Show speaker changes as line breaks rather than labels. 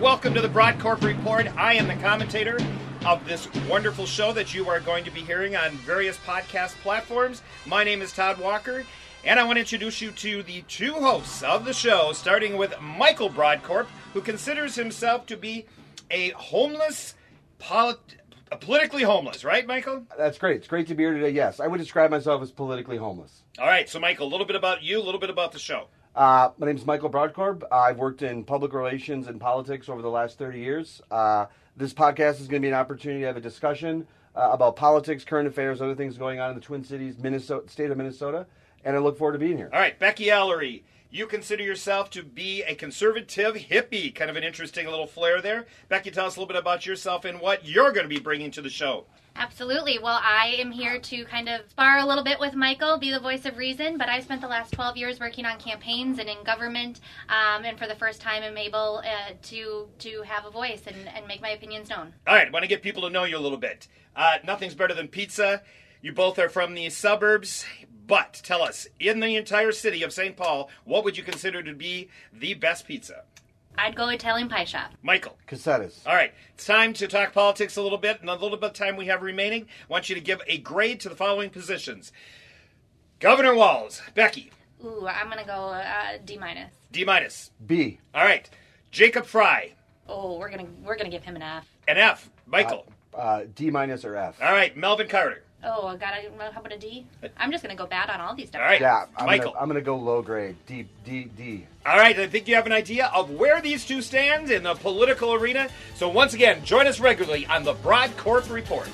welcome to the Broadcorp Report. I am the commentator of this wonderful show that you are going to be hearing on various podcast platforms. My name is Todd Walker, and I want to introduce you to the two hosts of the show, starting with Michael Broadcorp, who considers himself to be a homeless, polit- politically homeless, right, Michael?
That's great. It's great to be here today. Yes, I would describe myself as politically homeless.
All right, so Michael, a little bit about you, a little bit about the show.
Uh, my name is Michael Broadcorb. I've worked in public relations and politics over the last 30 years. Uh, this podcast is going to be an opportunity to have a discussion uh, about politics, current affairs, other things going on in the Twin Cities, Minnesota, state of Minnesota, and I look forward to being here.
All right, Becky Ellery, you consider yourself to be a conservative hippie. Kind of an interesting little flair there. Becky, tell us a little bit about yourself and what you're going to be bringing to the show.
Absolutely. Well, I am here to kind of spar a little bit with Michael, be the voice of reason, but I spent the last 12 years working on campaigns and in government, um, and for the first time am able uh, to to have a voice and, and make my opinions known.
All right, want to get people to know you a little bit. Uh, nothing's better than pizza. You both are from the suburbs, but tell us, in the entire city of St. Paul, what would you consider to be the best pizza?
I'd go Italian pie shop.
Michael.
Cassettas.
All right, it's time to talk politics a little bit, and the little bit of time we have remaining, I want you to give a grade to the following positions Governor Walls, Becky,
Ooh, I'm gonna go uh, D minus.
D minus.
B.
All right, Jacob Fry,
Oh, we're gonna we're gonna give him an F.
an F, Michael.
Uh, D minus or F.
All right, Melvin Carter.
Oh, I gotta. How about a D? I'm just gonna go bad on all these.
All right,
Yeah, I'm
Michael.
Gonna, I'm going to go low grade. D, D, D.
All right, I think you have an idea of where these two stand in the political arena. So once again, join us regularly on the Broad Corp Report.